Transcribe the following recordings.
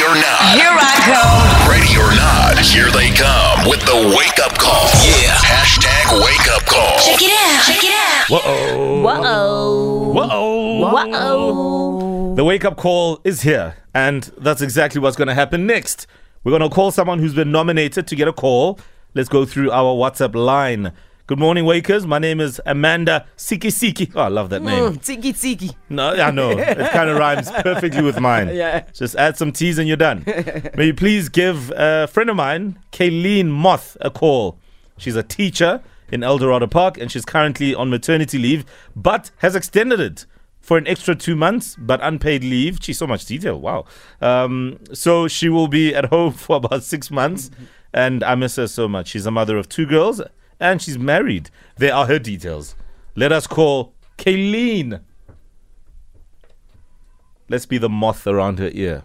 or not. Here I come. Ready or not, here they come with the wake up call. Yeah. Hashtag wake up call. Check it out. Check it out. Whoa. Whoa. Whoa. Whoa. The wake up call is here, and that's exactly what's going to happen next. We're going to call someone who's been nominated to get a call. Let's go through our WhatsApp line. Good morning, Wakers. My name is Amanda Siki Siki. Oh, I love that name. Tiki tiki. No, I know. It kind of rhymes perfectly with mine. Yeah. Just add some T's and you're done. May you please give a friend of mine, Kayleen Moth, a call. She's a teacher in El Dorado Park and she's currently on maternity leave, but has extended it for an extra two months, but unpaid leave. She's so much detail. Wow. Um, so she will be at home for about six months and I miss her so much. She's a mother of two girls and she's married. There are her details. Let us call Kayleen. Let's be the moth around her ear.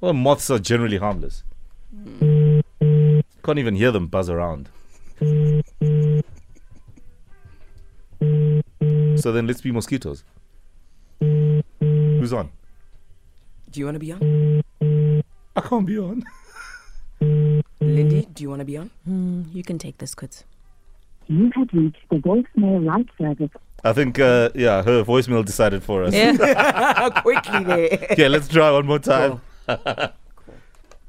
Well, moths are generally harmless. Mm. Can't even hear them buzz around. So then let's be mosquitoes. Who's on? Do you want to be on? I can't be on. Lindy, do you want to be on? Hmm, You can take this, kids. You have reached the voicemail light service. I think, uh, yeah, her voicemail decided for us. Quickly there. Okay, let's try one more time.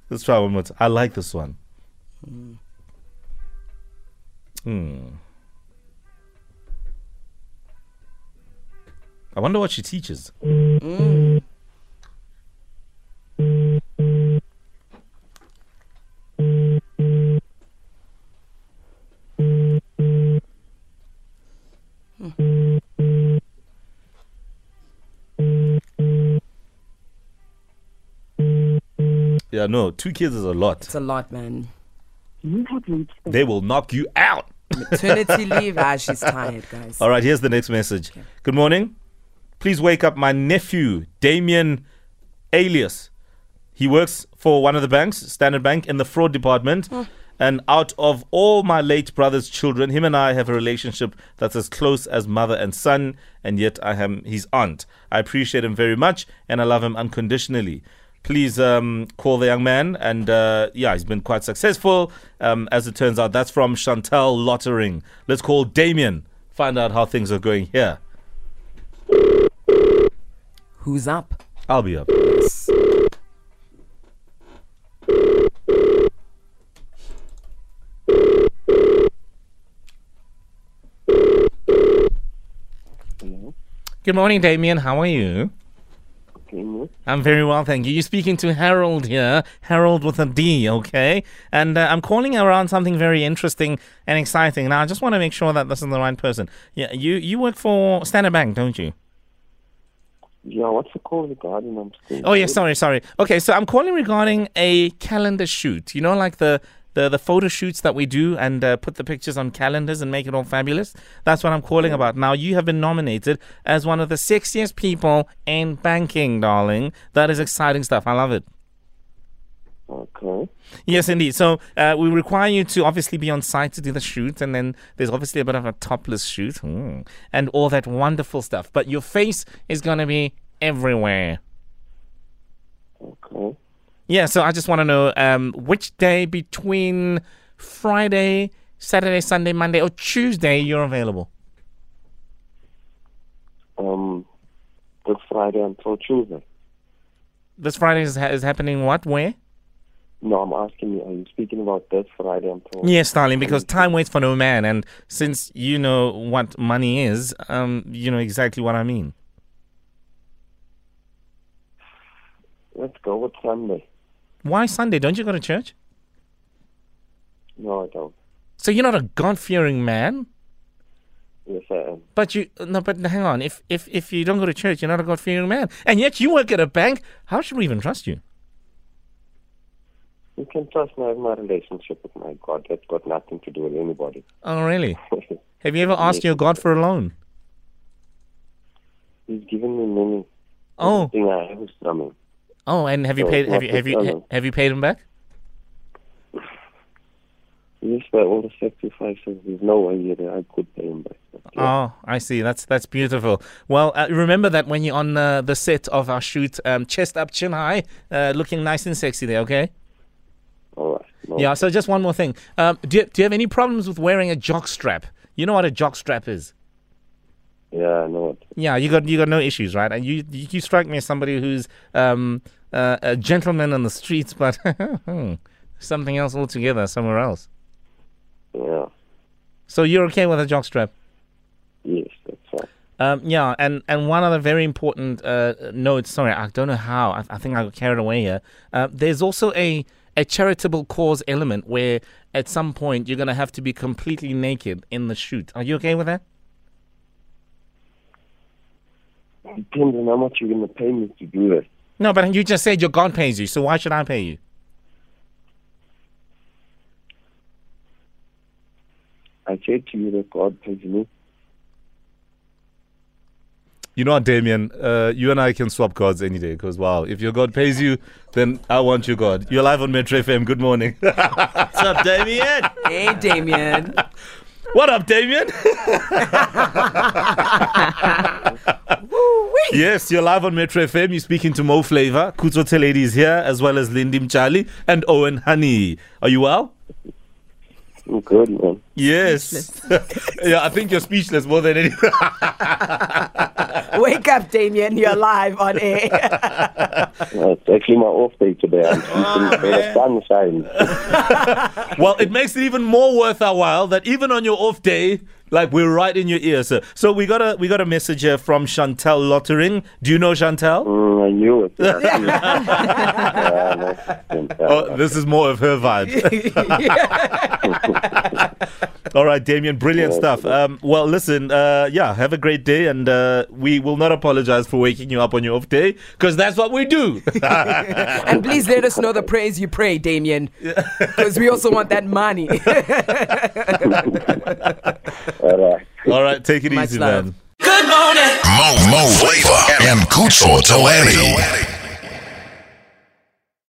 let's try one more time. I like this one. Hmm. I wonder what she teaches. Yeah, no, two kids is a lot. It's a lot, man. You have reached the They will knock you out. Maternity leave. Ah, she's tired, guys. All right, here's the next message. Good morning. Please wake up my nephew, Damien Alias. He works for one of the banks, Standard Bank, in the fraud department. And out of all my late brother's children, him and I have a relationship that's as close as mother and son, and yet I am his aunt. I appreciate him very much, and I love him unconditionally. Please um, call the young man, and uh, yeah, he's been quite successful. Um, as it turns out, that's from Chantel Lottering. Let's call Damien, find out how things are going here. Who's up? I'll be up. Good morning, Damien. How are you? I'm very well, thank you. You're speaking to Harold here. Harold with a D, okay? And uh, I'm calling around something very interesting and exciting. Now, I just want to make sure that this is the right person. Yeah, you, you work for Standard Bank, don't you? Yeah, what's the call regarding? I'm still. Oh yeah, sorry, sorry. Okay, so I'm calling regarding a calendar shoot. You know, like the the, the photo shoots that we do and uh, put the pictures on calendars and make it all fabulous. That's what I'm calling about. Now you have been nominated as one of the sexiest people in banking, darling. That is exciting stuff. I love it. Okay. Yes, indeed. So uh, we require you to obviously be on site to do the shoot, and then there's obviously a bit of a topless shoot hmm, and all that wonderful stuff. But your face is gonna be everywhere. Okay. Yeah, so I just want to know um, which day between Friday, Saturday, Sunday, Monday, or Tuesday you're available. Um, this Friday until Tuesday. This Friday is, ha- is happening what? Where? No, I'm asking you. Are you speaking about this Friday until? Yes, darling, because time waits for no man. And since you know what money is, um, you know exactly what I mean. Let's go with Sunday. Why Sunday? Don't you go to church? No, I don't. So you're not a God fearing man? Yes, I am. But you no, but hang on. If if if you don't go to church, you're not a God fearing man, and yet you work at a bank. How should we even trust you? You can trust my my relationship with my God. That's got nothing to do with anybody. Oh, really? Have you ever asked your God for a loan? He's given me money. Oh, Thing I have is drumming. Oh, and have you So paid? Have what you have is you the ha- other? have you paid him back? Yes, by all the sacrifices, there's no way here that I could pay him back. But, Ah. yeah. Oh, I see. That's that's beautiful. Well, uh, remember that when you're on uh, the set of our shoot, um, chest up, chin high, uh, looking nice and sexy there. Okay. all right. No. Yeah. So just one more thing. Um, do you, do you have any problems with wearing a jock strap? You know what a jock strap is. Yeah, I know it. Yeah, you got you got no issues, right? And you you, you strike me as somebody who's um, uh, a gentleman on the streets, but hmm, something else altogether, somewhere else. Yeah. So you're okay with a jock strap? Yes, that's right. Um, yeah, and, and one other very important uh, note. Sorry, I don't know how. I, I think I got carried away here. Uh, there's also a a charitable cause element where at some point you're gonna have to be completely naked in the shoot. Are you okay with that? Depends on how much you're going to pay me to do this. No, but you just said your God pays you, so why should I pay you? I said to you that God pays me. You know what, Damien? Uh, you and I can swap gods any day because, wow, if your God pays you, then I want your God. You're live on Metro FM. Good morning. What's up, Damien? Hey, Damien. What up, Damien? yes, you're live on Metro FM. You're speaking to Mo Flavor. Kuzo Teledi is here, as well as Lindy Mchali and Owen Honey. Are you well? I'm good, man. Yes. yeah, I think you're speechless more than anything. Wake up, Damien. You're live on air. Uh, it's actually my off day today. I'm sleeping in the sunshine. well, it makes it even more worth our while that even on your off day, like we're right in your ear, sir. So we got a we got a message here from Chantel Lottering. Do you know Chantel? Mm, I knew it. Yeah, I know. Oh, this is more of her vibe. All right, Damien, brilliant stuff. Um, well, listen, uh, yeah, have a great day, and uh, we will not apologize for waking you up on your off day because that's what we do. and please let us know the prayers you pray, Damien. Because we also want that money. all right. All right, take it Much easy, love. man. Good morning. Mo Mo Flavor and Kucho Teledi.